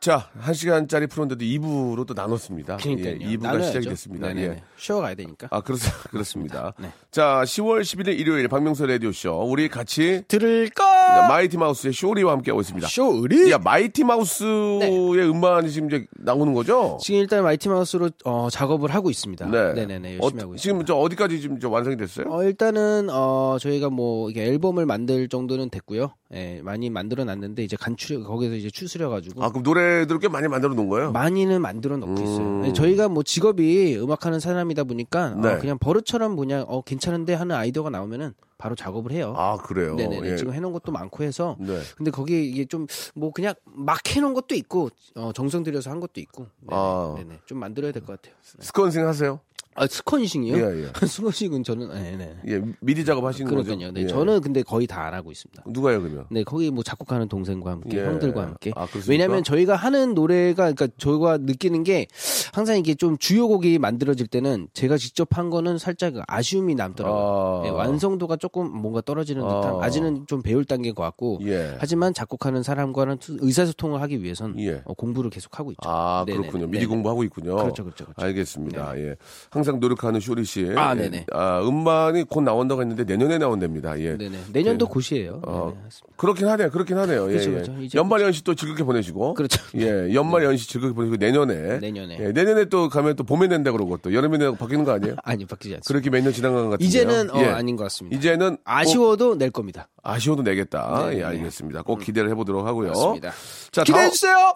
Speaker 3: 자, 한 시간짜리 프로인데도 2부로 또 나눴습니다.
Speaker 4: 그러니까요.
Speaker 3: 예, 2부가
Speaker 4: 나눠야죠.
Speaker 3: 시작이 됐습니다.
Speaker 4: 네네네.
Speaker 3: 예.
Speaker 4: 쉬어가야 되니까.
Speaker 3: 아, 그렇, 그렇습니다.
Speaker 4: 네.
Speaker 3: 자, 10월 11일 일요일 박명수 라디오쇼. 우리 같이
Speaker 4: 들을까?
Speaker 3: 마이티 마우스의 쇼리와 함께하고 있습니다.
Speaker 4: 아! 쇼리.
Speaker 3: 야, 마이티 마우스의
Speaker 4: 네.
Speaker 3: 음반이 지금 이제 나오는 거죠?
Speaker 4: 지금 일단 마이티 마우스로 어, 작업을 하고 있습니다. 네, 네, 네. 열심히
Speaker 3: 어,
Speaker 4: 하고 있습니다.
Speaker 3: 지금 저 어디까지 지금 저 완성이 됐어요?
Speaker 4: 어, 일단은 어, 저희가 뭐 이게 앨범을 만들 정도는 됐고요. 예, 많이 만들어 놨는데 이제 간추려 거기서 이제 추스려 가지고
Speaker 3: 아, 그럼 노래들을 꽤 많이 만들어 놓은 거예요? 음.
Speaker 4: 많이는 만들어 놓고 있어요. 예, 저희가 뭐 직업이 음악하는 사람이다 보니까 어,
Speaker 3: 네.
Speaker 4: 그냥 버릇처럼 그냥 어 괜찮은데 하는 아이디어가 나오면은 바로 작업을 해요.
Speaker 3: 아, 그래요?
Speaker 4: 네네네
Speaker 3: 예.
Speaker 4: 지금 해놓은 것도 많고 해서
Speaker 3: 네.
Speaker 4: 근데 거기에 이게 좀 뭐 그냥 막 해놓은 것도 있고 어, 정성 들여서 한 것도 있고 네네,
Speaker 3: 아.
Speaker 4: 네네. 좀 만들어야 될 것 같아요.
Speaker 3: 스컨싱 하세요?
Speaker 4: 아 스컨싱이요?
Speaker 3: 예,
Speaker 4: 스컨싱은 저는 아, 네네
Speaker 3: 예, 미리 작업하시는
Speaker 4: 그러니까요.
Speaker 3: 거죠?
Speaker 4: 네,
Speaker 3: 예.
Speaker 4: 저는 근데 거의 다 안 하고 있습니다.
Speaker 3: 누가요, 그러면?
Speaker 4: 네, 거기 뭐 작곡하는 동생과 함께
Speaker 3: 예.
Speaker 4: 형들과 함께.
Speaker 3: 아, 그렇습니까?
Speaker 4: 왜냐하면 저희가 하는 노래가 그러니까 저희가 느끼는 게 항상 이게 좀 주요곡이 만들어질 때는 제가 직접 한 거는 살짝 아쉬움이 남더라고요.
Speaker 3: 아.
Speaker 4: 네, 완성도가 조금 뭔가 떨어지는 듯한
Speaker 3: 아.
Speaker 4: 아직은 좀 배울 단계인 것 같고.
Speaker 3: 예.
Speaker 4: 하지만 작곡하는 사람과는 투- 의사소통을 하기 위해선
Speaker 3: 예.
Speaker 4: 어, 공부를 계속 하고 있죠.
Speaker 3: 아,
Speaker 4: 네네네.
Speaker 3: 그렇군요. 미리
Speaker 4: 네네.
Speaker 3: 공부하고 있군요.
Speaker 4: 그렇죠, 그렇죠, 그렇죠.
Speaker 3: 알겠습니다. 예. 항상 노력하는 쇼리 씨.
Speaker 4: 아,
Speaker 3: 예.
Speaker 4: 네네.
Speaker 3: 아, 음반이 곧 나온다고 했는데 내년에 나온답니다. 예.
Speaker 4: 네네. 내년도 고시예요.
Speaker 3: 어,
Speaker 4: 네네.
Speaker 3: 그렇긴 하네요. 그렇긴 하네요. 예,
Speaker 4: 그렇죠,
Speaker 3: 예.
Speaker 4: 그렇죠. 이제
Speaker 3: 연말 연시 또 즐겁게 보내시고.
Speaker 4: 그렇죠.
Speaker 3: 예. 연말 연시 즐겁게 보내시고 내년에.
Speaker 4: 내년에.
Speaker 3: 예, 내년에 또 가면 또 봄에 낸다 그러고 또 여름에 내고 바뀌는 거 아니에요?
Speaker 4: 아니 바뀌지 않습니다.
Speaker 3: 그렇게 몇 년 지나간 것 같은데.
Speaker 4: 이제는 어, 아닌 것 같습니다.
Speaker 3: 이제는 꼭
Speaker 4: 아쉬워도 낼 겁니다.
Speaker 3: 아쉬워도 내겠다.
Speaker 4: 네,
Speaker 3: 예,
Speaker 4: 네.
Speaker 3: 알겠습니다. 꼭 기대를 해보도록 하고요.
Speaker 4: 맞습니다.
Speaker 3: 자,
Speaker 4: 기대해 주세요.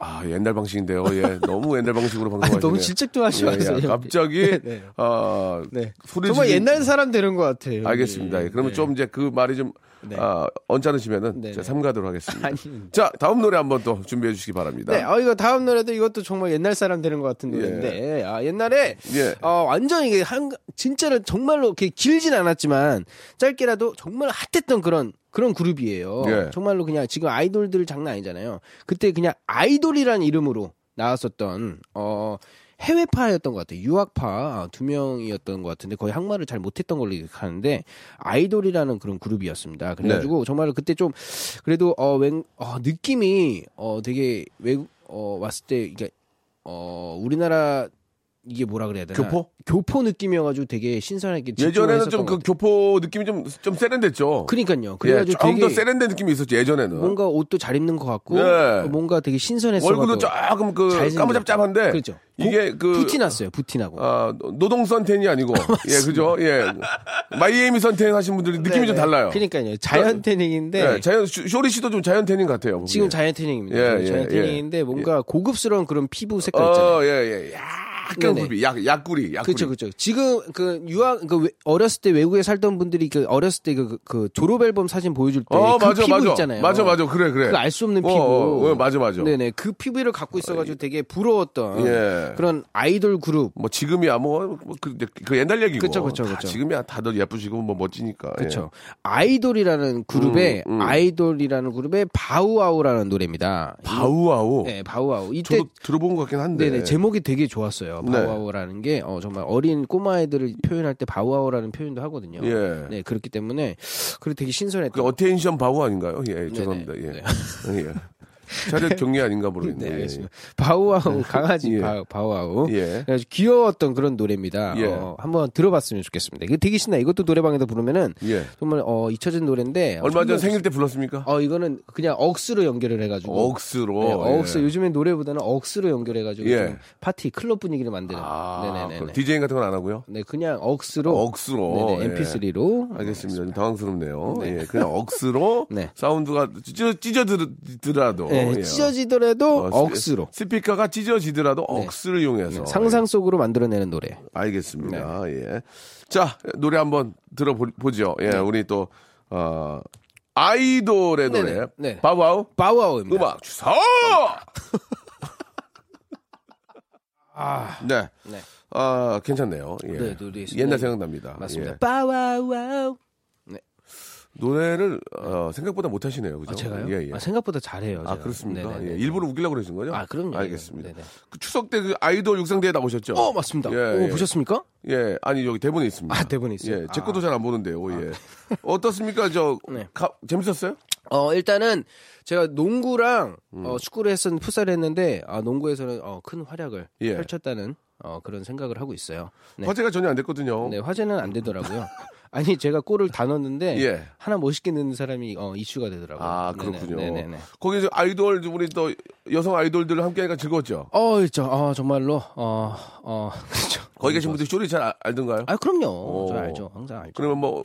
Speaker 3: 아 옛날 방식인데요. 예, 너무 옛날 방식으로 방송하시네요.
Speaker 4: 너무 질책 좀 하지 마세요.
Speaker 3: 예, 갑자기
Speaker 4: 네, 네.
Speaker 3: 아
Speaker 4: 네.
Speaker 3: 소리
Speaker 4: 정말
Speaker 3: 지르-
Speaker 4: 옛날 사람 되는 것 같아요.
Speaker 3: 알겠습니다. 예, 그러면
Speaker 4: 네.
Speaker 3: 좀 이제 그 말이 좀 아, 언짢으시면은
Speaker 4: 네,
Speaker 3: 제가
Speaker 4: 네.
Speaker 3: 삼가도록 하겠습니다.
Speaker 4: 아닙니다. 뭐.
Speaker 3: 자 다음 노래 한번 또 준비해 주시기 바랍니다.
Speaker 4: 네, 어, 이거 다음 노래도 이것도 정말 옛날 사람 되는 것 같은 노래인데, 아, 옛날에,
Speaker 3: 예.
Speaker 4: 어, 완전 이게 한, 진짜로 정말로 이렇게 길진 않았지만, 짧게라도 정말 핫했던 그런, 그런 그룹이에요.
Speaker 3: 예.
Speaker 4: 정말로 그냥 지금 아이돌들 장난 아니잖아요. 그때 그냥 아이돌이라는 이름으로 나왔었던, 어, 해외파였던 것 같아요. 유학파 두 명이었던 것 같은데 거의 한말을 잘 못했던 걸로 기억하는데 아이돌이라는 그런 그룹이었습니다.
Speaker 3: 네.
Speaker 4: 그래가지고 정말 그때 좀 그래도 어웬 어, 느낌이 어 되게 외국 어 왔을 때 이게 어 우리나라 이게 뭐라 그래야 되나
Speaker 3: 교포?
Speaker 4: 교포 느낌이어가지고 되게 신선하게
Speaker 3: 예전에는 좀 그
Speaker 4: 그...
Speaker 3: 교포 느낌이 좀 좀 세련됐죠.
Speaker 4: 그러니까요.
Speaker 3: 예,
Speaker 4: 그래가지고
Speaker 3: 조금 더
Speaker 4: 되게
Speaker 3: 세련된 느낌이 있었죠. 예전에는
Speaker 4: 뭔가 옷도 잘 입는 것 같고
Speaker 3: 어? 네.
Speaker 4: 뭔가 되게 신선했어.
Speaker 3: 얼굴도 조금 그 까무잡잡한데
Speaker 4: 그렇죠.
Speaker 3: 이게
Speaker 4: 고-
Speaker 3: 그
Speaker 4: 부티났어요. 부티나고.
Speaker 3: 아, 노동 선텐이 아니고 예 그죠 예 마이애미 선텐 하신 분들이 느낌이 좀 달라요.
Speaker 4: 네, 그러니까요. 자연 태닝인데
Speaker 3: 예, 자연 쇼- 쇼리 씨도 좀 자연 태닝 같아요.
Speaker 4: 지금
Speaker 3: 보기에.
Speaker 4: 자연 태닝입니다. 네,
Speaker 3: 예, 예,
Speaker 4: 자연 태닝인데 뭔가 고급스러운 그런 피부 색깔 있잖아요.
Speaker 3: 어, 예, 예. 약간
Speaker 4: 네네.
Speaker 3: 굽이, 약, 약구리, 약구리.
Speaker 4: 그렇죠, 그렇죠. 지금 그 유학 그 외- 어렸을 때 외국에 살던 분들이 그 어렸을 때 그 졸업 앨범 사진 보여줄 때 그
Speaker 3: 어, 맞아,
Speaker 4: 피부
Speaker 3: 맞아.
Speaker 4: 있잖아요.
Speaker 3: 맞아, 맞아. 그래, 그래.
Speaker 4: 그 알 수 없는
Speaker 3: 어,
Speaker 4: 피부.
Speaker 3: 어, 어, 맞아, 맞아.
Speaker 4: 네네. 그 피부를 갖고 있어가지고 되게 부러웠던
Speaker 3: 예.
Speaker 4: 그런 아이돌 그룹.
Speaker 3: 뭐 지금이야 뭐, 뭐 그, 그 옛날 얘기고.
Speaker 4: 그쵸, 그쵸,
Speaker 3: 다
Speaker 4: 그쵸.
Speaker 3: 지금이야 다들 예쁘시고 뭐 멋지니까. 예.
Speaker 4: 그렇죠. 아이돌이라는 그룹의
Speaker 3: 음, 음.
Speaker 4: 아이돌이라는 그룹의 바우아우라는 노래입니다.
Speaker 3: 바우아우.
Speaker 4: 네, 바우아우. 이때
Speaker 3: 저도 들어본 것 같긴 한데.
Speaker 4: 네네 제목이 되게 좋았어요.
Speaker 3: 네.
Speaker 4: 바우아우라는 게 어, 정말 어린 꼬마애들을 표현할 때 바우아우라는 표현도 하거든요.
Speaker 3: 예.
Speaker 4: 네 그렇기 때문에 그리고 되게 신선했던
Speaker 3: 그 어테인션 바우 아닌가요? 예, 예, 죄송합니다. 예. 예. 차렷 경례 아닌가 모르겠네.
Speaker 4: 네,
Speaker 3: 예,
Speaker 4: 알겠습니다. 바우아우 강아지
Speaker 3: 예.
Speaker 4: 바, 바우아우.
Speaker 3: 예.
Speaker 4: 그래서 귀여웠던 그런 노래입니다.
Speaker 3: 예.
Speaker 4: 어, 한번 들어봤으면 좋겠습니다. 이거 되게 신나. 이것도 노래방에서 부르면은
Speaker 3: 예.
Speaker 4: 정말 어, 잊혀진 노래인데
Speaker 3: 얼마 전
Speaker 4: 정말-
Speaker 3: 생일 때 불렀습니까?
Speaker 4: 어 이거는 그냥 억스로 연결을 해가지고
Speaker 3: 억스로.
Speaker 4: 네, 억스
Speaker 3: 예.
Speaker 4: 요즘엔 노래보다는 억스로 연결해가지고
Speaker 3: 예.
Speaker 4: 좀 파티 클럽 분위기를 만드는
Speaker 3: 아,
Speaker 4: 네네네
Speaker 3: 디제잉 같은 건 안 하고요.
Speaker 4: 네 그냥 억스로
Speaker 3: 억수로. 예.
Speaker 4: 네네, MP3로
Speaker 3: 알겠습니다. 좀 당황스럽네요. 예, 그냥 억수로
Speaker 4: 네.
Speaker 3: 사운드가 찢어, 찢어지더라도
Speaker 4: 네,
Speaker 3: 예. 어,
Speaker 4: 찢어지더라도
Speaker 3: 스피-
Speaker 4: 억스로 네.
Speaker 3: 스피커가 찢어지더라도 억수를 이용해서
Speaker 4: 상상 네. 속으로 만들어내는 노래
Speaker 3: 예, 알겠습니다. 예. 자 노래 한번 들어보죠. 예,
Speaker 4: 네.
Speaker 3: 우리 또 어, 아이돌의
Speaker 4: 네네,
Speaker 3: 노래
Speaker 4: 네.
Speaker 3: 바우아우
Speaker 4: 바우아우입니다.
Speaker 3: 음악 주소. 네.
Speaker 4: 네.
Speaker 3: 아 괜찮네요. 예.
Speaker 4: 네, 노래
Speaker 3: 옛날 생각납니다.
Speaker 4: 맞습니다.
Speaker 3: 예.
Speaker 4: 빠와와우.
Speaker 3: 노래를 어, 생각보다 못 하시네요. 그죠?
Speaker 4: 아, 제가요?
Speaker 3: 예, 예.
Speaker 4: 아, 생각보다 잘해요.
Speaker 3: 아,
Speaker 4: 제가.
Speaker 3: 그렇습니까?
Speaker 4: 네네네.
Speaker 3: 예, 일부러 우기려고 그러신 거죠?
Speaker 4: 아, 그럼요.
Speaker 3: 알겠습니다.
Speaker 4: 네네.
Speaker 3: 그 추석 때 그 아이돌 육상대회 나오셨죠?
Speaker 4: 어, 맞습니다.
Speaker 3: 예,
Speaker 4: 오,
Speaker 3: 예.
Speaker 4: 보셨습니까?
Speaker 3: 예, 아니 여기 대본에 있습니다.
Speaker 4: 아, 대본에 있어요?
Speaker 3: 예, 제 것도 잘 안 보는데요. 예. 어떻습니까? 저
Speaker 4: 네.
Speaker 3: 가- 재밌었어요?
Speaker 4: 어, 일단은 제가 농구랑
Speaker 3: 음.
Speaker 4: 어, 축구를 했었는 풋살을 했는데 아, 농구에서는 어, 큰 활약을
Speaker 3: 예.
Speaker 4: 펼쳤다는 어, 그런 생각을 하고 있어요. 네.
Speaker 3: 화제가 전혀 안 됐거든요.
Speaker 4: 네, 화제는 안 되더라고요. 아니 제가 골을 다 넣었는데
Speaker 3: 예.
Speaker 4: 하나 멋있게 넣는 사람이 어, 이슈가 되더라고요.
Speaker 3: 아
Speaker 4: 네네,
Speaker 3: 그렇군요.
Speaker 4: 네네네.
Speaker 3: 거기 이제 아이돌 우리 또 여성 아이돌들 함께하니까 즐거웠죠.
Speaker 4: 어, 있죠. 어, 정말로 어, 어, 그렇죠.
Speaker 3: 거기 계신 분들 쇼리 잘 아- 알던가요?
Speaker 4: 아, 그럼요. 저 알죠. 항상 알죠.
Speaker 3: 그러면 뭐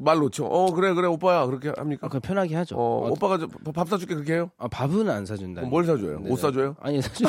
Speaker 3: 말
Speaker 4: 네.
Speaker 3: 놓죠. 어 그래 그래 오빠야 그렇게 합니까?
Speaker 4: 아, 그냥 편하게 하죠.
Speaker 3: 어,
Speaker 4: 어,
Speaker 3: 오빠가 저 밥- 밥 사줄게 그렇게 해요?
Speaker 4: 아, 밥은 안 사준다.
Speaker 3: 그럼 뭘 사줘요?
Speaker 4: 네.
Speaker 3: 옷 사줘요?
Speaker 4: 아니 사준.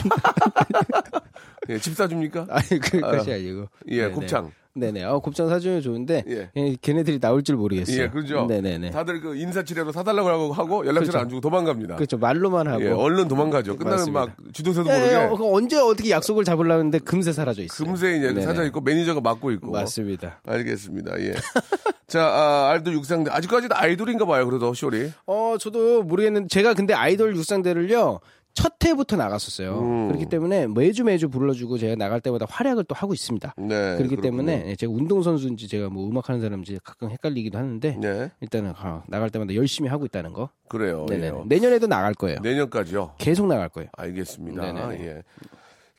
Speaker 3: 예, 집 사줍니까?
Speaker 4: 아니 그것이
Speaker 3: 아,
Speaker 4: 아니고.
Speaker 3: 예,
Speaker 4: 네네.
Speaker 3: 곱창.
Speaker 4: 네네. 어, 곱창 사주면 좋은데
Speaker 3: 예.
Speaker 4: 예, 걔네들이 나올 줄 모르겠어요.
Speaker 3: 예, 그죠.
Speaker 4: 네네네.
Speaker 3: 다들 그 인사치레로 사달라고 하고 하고 연락처를
Speaker 4: 그렇죠.
Speaker 3: 안 주고 도망갑니다.
Speaker 4: 그렇죠. 말로만 하고.
Speaker 3: 예, 얼른 도망가죠. 끝나면
Speaker 4: 맞습니다.
Speaker 3: 막 지도세도
Speaker 4: 예,
Speaker 3: 모르게
Speaker 4: 예, 어, 그거 언제 어떻게 약속을 잡으려는데 금세 사라져 있어요.
Speaker 3: 금세 뭐? 이제 사자 있고 매니저가 맡고 있고.
Speaker 4: 맞습니다.
Speaker 3: 알겠습니다. 예. 자, 아, 아이돌 육상대 아직까지도 아이돌인가 봐요. 그래도 쇼리.
Speaker 4: 어, 저도 모르겠는데 제가 근데 아이돌 육상대를요. 첫 해부터 나갔었어요.
Speaker 3: 음.
Speaker 4: 그렇기 때문에 매주 매주 불러주고 제가 나갈 때마다 활약을 또 하고 있습니다.
Speaker 3: 네,
Speaker 4: 그렇기
Speaker 3: 그렇군요.
Speaker 4: 때문에 예, 제가 운동선수인지 제가 뭐 음악하는 사람인지 가끔 헷갈리기도 하는데
Speaker 3: 네.
Speaker 4: 일단은 아, 나갈 때마다 열심히 하고 있다는 거.
Speaker 3: 그래요.
Speaker 4: 네네.
Speaker 3: 예.
Speaker 4: 내년에도 나갈 거예요.
Speaker 3: 내년까지요.
Speaker 4: 계속 나갈 거예요.
Speaker 3: 알겠습니다.
Speaker 4: 네네네.
Speaker 3: 예.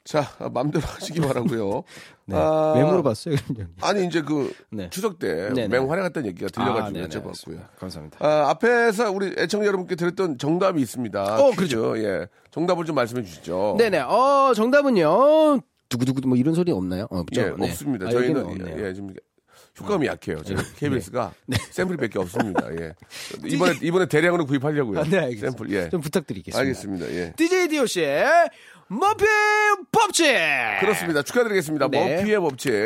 Speaker 3: 자, 아, 맘대로 하시기 바라고요.
Speaker 4: 네.
Speaker 3: 아,
Speaker 4: 왜 물어봤어요, 그럼
Speaker 3: 아니 이제 그
Speaker 4: 네.
Speaker 3: 추석 때
Speaker 4: 네네. 아,
Speaker 3: 맹활약했다는 얘기가 들려가지고
Speaker 4: 네네,
Speaker 3: 여쭤봤고요.
Speaker 4: 알겠습니다. 감사합니다.
Speaker 3: 아, 앞에서 우리 애청자 여러분께 드렸던 정답이 있습니다.
Speaker 4: 어,
Speaker 3: 퀴즈. 예. 정답을 좀 말씀해 주시죠.
Speaker 4: 네네. 어, 정답은요. 두구두구 뭐 이런 소리 없나요? 어,
Speaker 3: 예,
Speaker 4: 없죠? 네.
Speaker 3: 없습니다.
Speaker 4: 아, 여기는
Speaker 3: 저희는
Speaker 4: 없네요. 네.
Speaker 3: 예, 지금 효과음이 약해요. 지금 KBS가 샘플밖에 없습니다. 예. 이번에 이번에 대량으로 구입하려고요.
Speaker 4: 아, 네, 알겠습니다.
Speaker 3: 샘플 예.
Speaker 4: 좀 부탁드리겠습니다. 네.
Speaker 3: 알겠습니다. 예.
Speaker 4: DJ DOC의 머피 법칙!
Speaker 3: 그렇습니다. 축하드리겠습니다. 뭐
Speaker 4: 네.
Speaker 3: 머피의 법칙.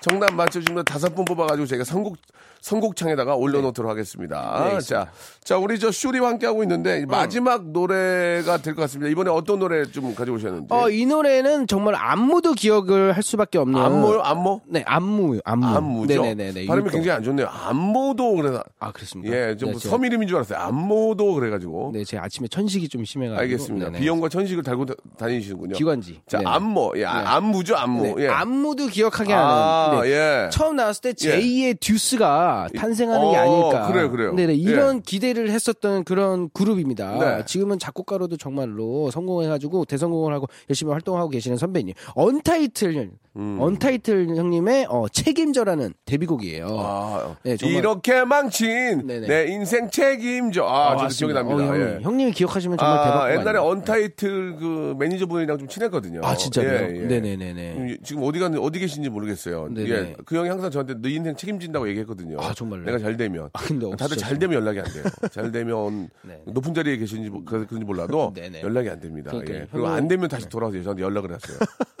Speaker 3: 정답 맞춰주면 다섯 분 뽑아가지고 저희가 선곡, 선곡창에다가 올려놓도록 하겠습니다.
Speaker 4: 네, 있습니다. 음.
Speaker 3: 자, 자, 우리 저 슈리와 함께하고 있는데 마지막 노래가 될 것 같습니다. 이번에 어떤 노래 좀 가져오셨는지.
Speaker 4: 어, 이 노래는 정말 안무도 기억을 할 수밖에 없는.
Speaker 3: 안모, 안모?
Speaker 4: 네, 안무요, 안무.
Speaker 3: 안무죠?
Speaker 4: 예. 네네네.
Speaker 3: 발음이 굉장히 안 좋네요. 안모도 그래서.
Speaker 4: 아, 그렇습니다.
Speaker 3: 예, 좀
Speaker 4: 네, 제가-
Speaker 3: 섬 이름인 줄 알았어요. 안모도 그래가지고.
Speaker 4: 네, 제 아침에 천식이 좀 심해가지고.
Speaker 3: 알겠습니다.
Speaker 4: 네네.
Speaker 3: 비염과 천식을 달고 다- 다니시는군요.
Speaker 4: 기관지.
Speaker 3: 자,
Speaker 4: 네네.
Speaker 3: 안모. 예, 아, 안무죠, 안무.
Speaker 4: 네,
Speaker 3: 예.
Speaker 4: 안무도 기억하게
Speaker 3: 아,
Speaker 4: 하는. 네.
Speaker 3: 예.
Speaker 4: 처음 나왔을 때 제2의 듀스가 탄생하는 게
Speaker 3: 어,
Speaker 4: 아닐까.
Speaker 3: 그래요, 그래요.
Speaker 4: 네네, 이런
Speaker 3: 예.
Speaker 4: 기대를 했었던 그런 그룹입니다.
Speaker 3: 네.
Speaker 4: 지금은 작곡가로도 정말로 성공해가지고 대성공을 하고 열심히 활동하고 계시는 선배님. 언타이틀, 형-
Speaker 3: 음.
Speaker 4: 언타이틀 형님의 어, 책임져라는 데뷔곡이에요.
Speaker 3: 아,
Speaker 4: 네, 정말.
Speaker 3: 이렇게 망친
Speaker 4: 네네.
Speaker 3: 내 인생 책임져. 아, 저도 기억이
Speaker 4: 맞습니다.
Speaker 3: 납니다.
Speaker 4: 어,
Speaker 3: 예.
Speaker 4: 형님. 이 기억하시면 정말 대박.
Speaker 3: 아, 옛날에 언타이틀 그 매니저분이랑 좀 친했거든요.
Speaker 4: 아, 진짜요?
Speaker 3: 예, 예.
Speaker 4: 네네네네.
Speaker 3: 지금 어디 갔는지 어디 계신지 모르겠어요.
Speaker 4: 네네.
Speaker 3: 예, 그 형이 항상 저한테 너 인생 책임진다고 얘기했거든요.
Speaker 4: 아, 정말요?
Speaker 3: 내가 잘 되면.
Speaker 4: 아, 근데
Speaker 3: 다들
Speaker 4: 없으셨어요.
Speaker 3: 잘 되면 연락이 안 돼요. 잘 되면
Speaker 4: 네.
Speaker 3: 높은 자리에 계신지 모- 그래서 그런지 몰라도
Speaker 4: 네네.
Speaker 3: 연락이 안 됩니다.
Speaker 4: 그러니까요. 네.
Speaker 3: 예. 그리고
Speaker 4: 형은-
Speaker 3: 안 되면 다시 돌아와서 저한테 연락을 했어요.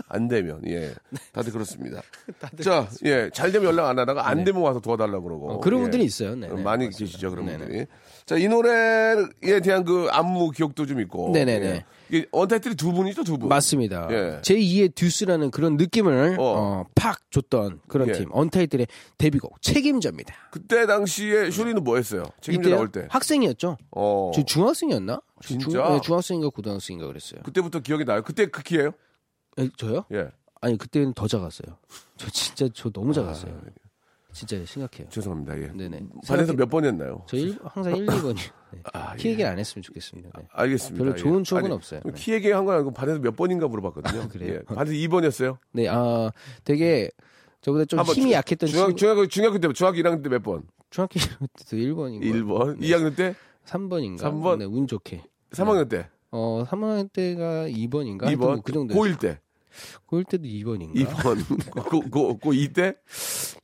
Speaker 3: 안 되면 예,
Speaker 4: 네.
Speaker 3: 다들 그렇습니다. 자, 예, 잘 되면 연락 안 하다가 안 되면 와서 도와달라고 그러고
Speaker 4: 네. 어, 그런
Speaker 3: 예.
Speaker 4: 분들이 있어요. 네네.
Speaker 3: 많이
Speaker 4: 맞습니다.
Speaker 3: 계시죠 그런
Speaker 4: 네네.
Speaker 3: 분들이. 자, 이 노래에 대한 그 안무 기억도 좀 있고.
Speaker 4: 네네네.
Speaker 3: 예. 이게 언타이틀이 두 분이죠, 두 분.
Speaker 4: 맞습니다.
Speaker 3: 예.
Speaker 4: 제2의 듀스라는 그런 느낌을
Speaker 3: 어.
Speaker 4: 어. 팍 줬던 그런
Speaker 3: 예.
Speaker 4: 팀 언타이틀의 데뷔곡 책임자입니다.
Speaker 3: 그때 당시에 쇼리는 뭐 했어요? 책임져
Speaker 4: 이때요?
Speaker 3: 나올 때.
Speaker 4: 학생이었죠.
Speaker 3: 어.
Speaker 4: 저 중학생이었나? 저
Speaker 3: 진짜?
Speaker 4: 중, 네, 중학생인가 고등학생인가 그랬어요.
Speaker 3: 그때부터 기억이 나요. 그때 그 키예요?
Speaker 4: 에, 저요?
Speaker 3: 예. 아,
Speaker 4: 아니 그때는 더 작았어요. 저 진짜 저 너무 작았어요. 진짜 심각해요.
Speaker 3: 죄송합니다. 예.
Speaker 4: 네네.
Speaker 3: 반에서
Speaker 4: 생각해-
Speaker 3: 몇 아, 예. 번이었나요?
Speaker 4: 저 일, 항상 1, 2번이 네. 키 얘기를 안 했으면 좋겠습니다. 네.
Speaker 3: 알겠습니다.
Speaker 4: 별로
Speaker 3: 예.
Speaker 4: 좋은 추억은 없어요. 네.
Speaker 3: 키 얘기한 건 아니고 반에서 몇 번인가 물어봤거든요.
Speaker 4: 그래요?
Speaker 3: 예. 반에서 2번이었어요?
Speaker 4: 네, 아 되게 저보다 좀 힘이 약했던
Speaker 3: 중학,
Speaker 4: 친구-
Speaker 3: 중학교, 중학교 때, 중학교 1학년 때 몇 번?
Speaker 4: 중학교 때도 1번인가?
Speaker 3: 1번.
Speaker 4: 네.
Speaker 3: 2학년 때?
Speaker 4: 3번인가?
Speaker 3: 삼 번?
Speaker 4: 네, 운 좋게.
Speaker 3: 3학년 때?
Speaker 4: 어, 3학년 때가 2번인가?
Speaker 3: 2번.
Speaker 4: 그 정도.
Speaker 3: 고1 때?
Speaker 4: 고일 때도 2번인가? 네.
Speaker 3: 2번. 고, 고, 고2 때?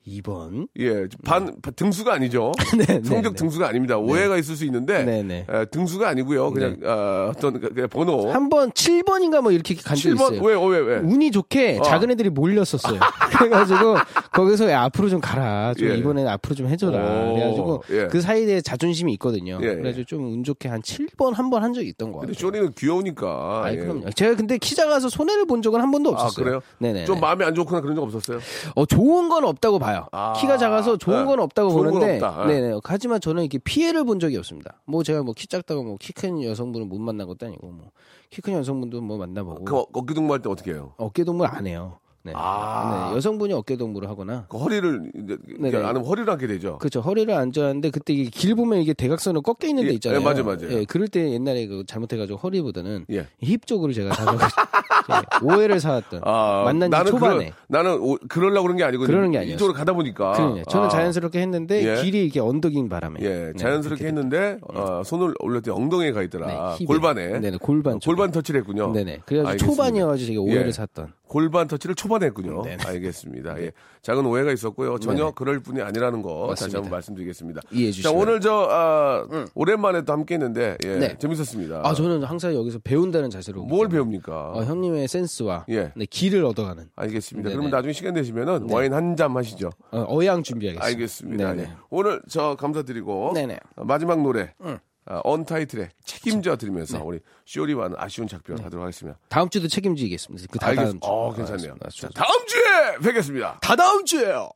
Speaker 4: 2번.
Speaker 3: 예, 반 바- 등수가 아니죠.
Speaker 4: 네,
Speaker 3: 성적
Speaker 4: 네.
Speaker 3: 등수가 아닙니다. 오해가 있을 수 있는데
Speaker 4: 네, 네.
Speaker 3: 에, 등수가 아니고요. 그냥 어, 어떤 그- 그냥 번호.
Speaker 4: 한 번 7번인가 뭐 이렇게 간 적이
Speaker 3: 7번
Speaker 4: 있어요.
Speaker 3: 왜, 왜, 왜?
Speaker 4: 운이 좋게
Speaker 3: 어.
Speaker 4: 작은 애들이 몰렸었어요. 그래가지고 거기서 야, 앞으로 좀 가라. 좀
Speaker 3: 예.
Speaker 4: 이번엔 앞으로 좀 해줘라.
Speaker 3: 오,
Speaker 4: 그래가지고
Speaker 3: 예.
Speaker 4: 그 사이에 자존심이 있거든요.
Speaker 3: 예, 예.
Speaker 4: 그래가지고 좀 운 좋게 한 7번 한 번 한 적이 있던 것
Speaker 3: 근데
Speaker 4: 같아요.
Speaker 3: 쇼리는 귀여우니까.
Speaker 4: 아이,
Speaker 3: 예.
Speaker 4: 그럼요. 제가 근데 키 작아서 손해를 본 적은 한 번도
Speaker 3: 아,
Speaker 4: 없었어요.
Speaker 3: 그래요?
Speaker 4: 네네.
Speaker 3: 좀 마음이 안 좋거나 그런 적 없었어요?
Speaker 4: 어, 좋은 건 없다고 봐요.
Speaker 3: 아,
Speaker 4: 키가 작아서 좋은
Speaker 3: 네.
Speaker 4: 건 없다고
Speaker 3: 좋은 건
Speaker 4: 보는데,
Speaker 3: 없다. 네.
Speaker 4: 네네. 하지만 저는 이렇게 피해를 본 적이 없습니다. 뭐 제가 뭐 키 작다고 뭐 키 큰 여성분을 못 만난 것도 아니고, 뭐 키 큰 여성분도 뭐 만나보고
Speaker 3: 그 어, 어깨 동무할 때 어떻게 해요?
Speaker 4: 어깨 동무를 안 해요. 네.
Speaker 3: 아.
Speaker 4: 네, 여성분이 어깨 동무를 하거나
Speaker 3: 그 허리를 이제
Speaker 4: 네네.
Speaker 3: 안 하면 허리를 앉게 되죠.
Speaker 4: 그렇죠. 허리를 안 좋아하는데 그때 이게 길 보면 이게 대각선으로 꺾여 있는
Speaker 3: 예,
Speaker 4: 데 있잖아요.
Speaker 3: 예, 맞아요, 맞아요.
Speaker 4: 예, 그럴 때 옛날에 그 잘못해가지고 허리보다는
Speaker 3: 예.
Speaker 4: 힙 쪽으로 제가 사가지고 예, 오해를 사왔던 만난 지 초반에
Speaker 3: 아, 그러, 나는 오, 그러려고 그런 게 아니고
Speaker 4: 그러는 게 아니었어요.
Speaker 3: 이쪽으로 가다 보니까
Speaker 4: 그럼요. 저는
Speaker 3: 아.
Speaker 4: 자연스럽게 했는데
Speaker 3: 예.
Speaker 4: 길이 이렇게 언덕인 바람에
Speaker 3: 예,
Speaker 4: 네,
Speaker 3: 자연스럽게
Speaker 4: 그렇게
Speaker 3: 했는데 어, 손을 올렸더니 엉덩이에 가 있더라.
Speaker 4: 네, 힙에.
Speaker 3: 아, 골반에.
Speaker 4: 네네, 골반
Speaker 3: 어, 골반
Speaker 4: 쪽에.
Speaker 3: 터치를 했군요.
Speaker 4: 네네. 그래가지고
Speaker 3: 알겠습니다.
Speaker 4: 초반이어가지고 제가 오해를
Speaker 3: 예.
Speaker 4: 샀던.
Speaker 3: 골반 터치를 초반에 했군요.
Speaker 4: 네네.
Speaker 3: 알겠습니다. 예. 작은 오해가 있었고요. 전혀
Speaker 4: 네네.
Speaker 3: 그럴 분이 아니라는 거 다시
Speaker 4: 맞습니다.
Speaker 3: 한번 말씀드리겠습니다.
Speaker 4: 이해해
Speaker 3: 자,
Speaker 4: 주시고요. 음.
Speaker 3: 오늘 저 아, 오랜만에 또 함께 했는데 예,
Speaker 4: 네.
Speaker 3: 재밌었습니다.
Speaker 4: 아 저는 항상 여기서 배운다는 자세로. 오기
Speaker 3: 뭘
Speaker 4: 때문에.
Speaker 3: 배웁니까?
Speaker 4: 어, 형님의 센스와
Speaker 3: 예.
Speaker 4: 네, 길을 얻어가는
Speaker 3: 알겠습니다.
Speaker 4: 네네.
Speaker 3: 그러면 나중에 시간 되시면은 와인 한 잔 하시죠.
Speaker 4: 어, 양 준비하겠습니다.
Speaker 3: 알겠습니다.
Speaker 4: 네네.
Speaker 3: 예. 오늘 저 감사드리고
Speaker 4: 네네. 음.
Speaker 3: 어, 마지막 노래 아, 언타이틀의 책임져
Speaker 4: 네.
Speaker 3: 드리면서 우리 쇼리와는 아쉬운 작별 하도록 하겠습니다.
Speaker 4: 다음 주도 책임지겠습니다. 그 네. 다다음
Speaker 3: 알겠습니다.
Speaker 4: 주.
Speaker 3: 어, 괜찮네요.
Speaker 4: 알겠습니다.
Speaker 3: 자, 다음 주에 뵙겠습니다.
Speaker 4: 다다음 주에요.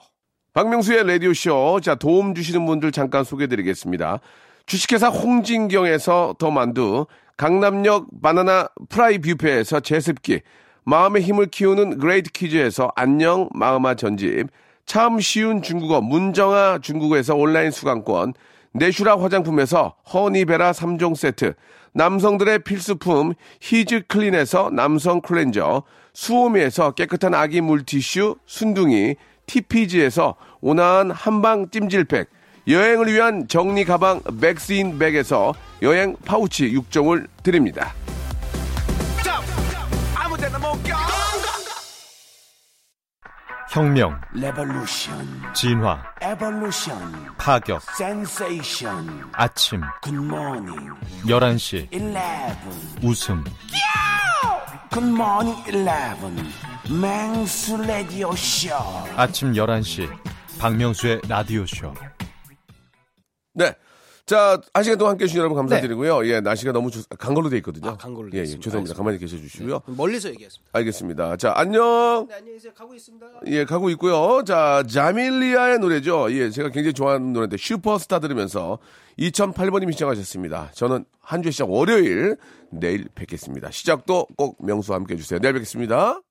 Speaker 3: 박명수의 라디오쇼. 자, 도움 주시는 분들 잠깐 소개해 드리겠습니다. 주식회사 홍진경에서 더 만두, 강남역 바나나 프라이 뷔페에서 제습기, 마음의 힘을 키우는 그레이트 키즈에서 안녕 마음아 전집, 참 쉬운 중국어 문정아 중국어에서 온라인 수강권, 내슈라 화장품에서 허니베라 3종 세트, 남성들의 필수품 히즈 클린에서 남성 클렌저, 수오미에서 깨끗한 아기 물티슈 순둥이, TPG에서 온화한 한방 찜질팩, 여행을 위한 정리 가방 맥스인 백에서 여행 파우치 6종을 드립니다.
Speaker 8: 혁명,
Speaker 1: Revolution,
Speaker 8: 진화,
Speaker 1: evolution,
Speaker 8: 파격,
Speaker 1: sensation,
Speaker 8: 아침,
Speaker 1: good morning,
Speaker 8: 11시,
Speaker 1: eleven,
Speaker 8: 웃음,
Speaker 1: good morning, eleven. 맹수 라디오 쇼.
Speaker 8: 아침 11시, 박명수의 라디오쇼.
Speaker 3: 네. 자, 한 시간 동안 함께 해주신 여러분 감사드리고요. 예, 날씨가 너무 좋- 간 걸로 돼 있거든요.
Speaker 4: 네. 아, 간 걸로 돼
Speaker 3: 예, 예,
Speaker 4: 있습니다.
Speaker 3: 죄송합니다. 가만히 계셔 주시고요.
Speaker 4: 그- 멀리서 얘기했습니다.
Speaker 3: 알겠습니다. 자, 안녕.
Speaker 4: 네, 안녕히 계세요. 가고 있습니다.
Speaker 3: 예, 가고 있고요. 자, 자밀리아의 노래죠. 예, 제가 굉장히 좋아하는 노래인데 슈퍼스타 들으면서 2008번님이 시작하셨습니다. 저는 한 주 시작 월요일 내일 뵙겠습니다. 시작도 꼭 명수와 함께 해주세요. 내일 뵙겠습니다.